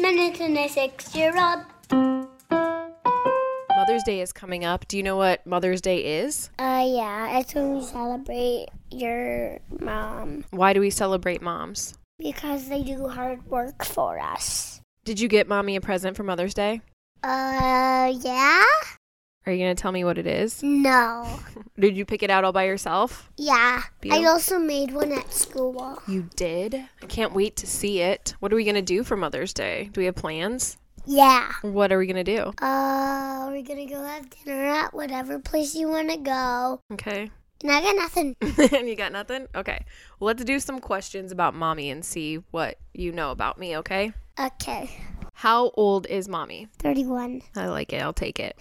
minutes and a six year old. Mother's Day is coming up. Do you know what Mother's Day is? Uh, yeah, it's when you celebrate your mom Why do we celebrate moms? because they do hard work for us. Did you get mommy a present for Mother's Day? Uh, yeah? Are you going to tell me what it is? No. Did you pick it out all by yourself? Yeah. I Beautiful. also made one at school. You did? I can't wait to see it. What are we going to do for Mother's Day? Do we have plans? Yeah. What are we going to do? Uh, we're gonna go have dinner at whatever place you wanna go. Okay. And I got nothing. you got nothing? Okay. Well, let's do some questions about mommy and see what you know about me, okay? Okay. How old is mommy? 31. I like it. I'll take it.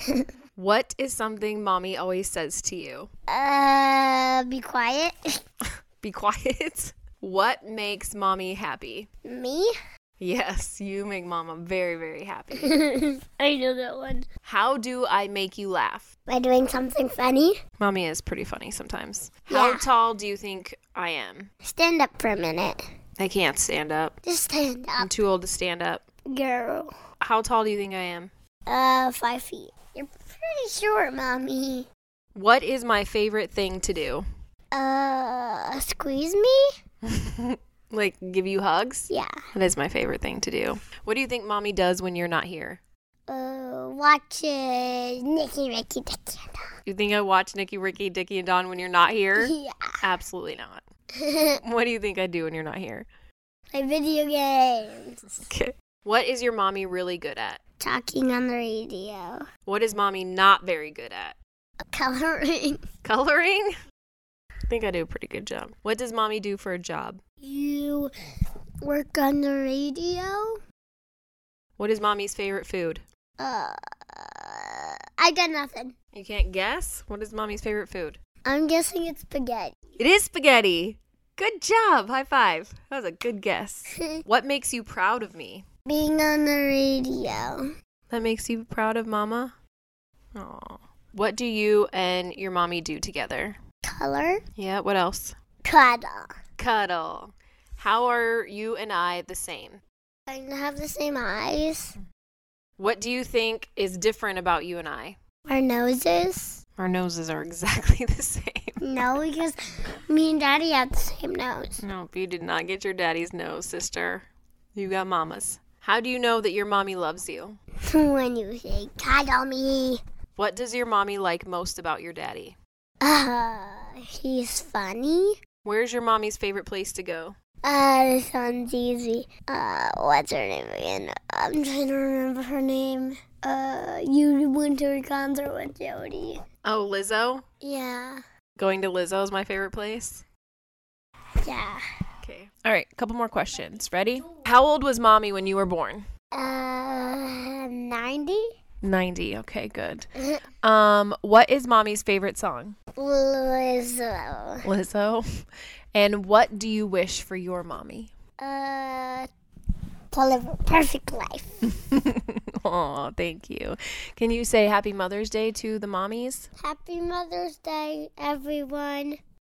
what is something mommy always says to you? Uh, be quiet. Be quiet. what makes mommy happy? Me? Yes, you make mama very, very happy. I know that one. How do I make you laugh? By doing something funny? Mommy is pretty funny sometimes. How Yeah. tall do you think I am? Stand up for a minute. I can't stand up. Just stand I'm up, too old to stand up. girl. How tall do you think I am? Uh, five feet. You're pretty short, mommy. What is my favorite thing to do? Uh, squeeze me? Like give you hugs? Yeah. That is my favorite thing to do. What do you think mommy does when you're not here? Uh, watch it. Nicky, Ricky, Dicky. You think I watch Nikki, Ricky, Dickie, and Don when you're not here? Yeah. Absolutely not. What do you think I do when you're not here? Play video games. Okay. What is your mommy really good at? Talking on the radio. What is mommy not very good at? Coloring. Coloring? I think I do a pretty good job. What does mommy do for a job? You work on the radio? What is mommy's favorite food? Uh, I got nothing. You can't guess? What is mommy's favorite food? I'm guessing it's spaghetti. It is spaghetti. Good job. High five. That was a good guess. What makes you proud of me? Being on the radio. That makes you proud of mama? Aw. What do you and your mommy do together? Color. Yeah, what else? Cuddle. Cuddle. How are you and I the same? Kind of have the same eyes. What do you think is different about you and I? Our noses. Our noses are exactly the same. No, because me and Daddy have the same nose. No, you did not get your daddy's nose, sister. You got mama's. How do you know that your mommy loves you? when you say, cuddle me. What does your mommy like most about your daddy? Uh, he's funny. Where's your mommy's favorite place to go? Uh, this one's easy. Uh, what's her name again? I'm trying to remember her name. Uh, you went to a concert with Jody. Oh, Lizzo? Yeah, Going to Lizzo is my favorite place. yeah. Okay. All right, a couple more questions. Ready? How old was mommy when you were born? Uh, 90? 90. Okay, good. Um, what is mommy's favorite song? Lizzo. Lizzo. And what do you wish for your mommy? Uh, to live a perfect life. oh, thank you. Can you say Happy Mother's Day to the mommies? Happy Mother's Day, everyone.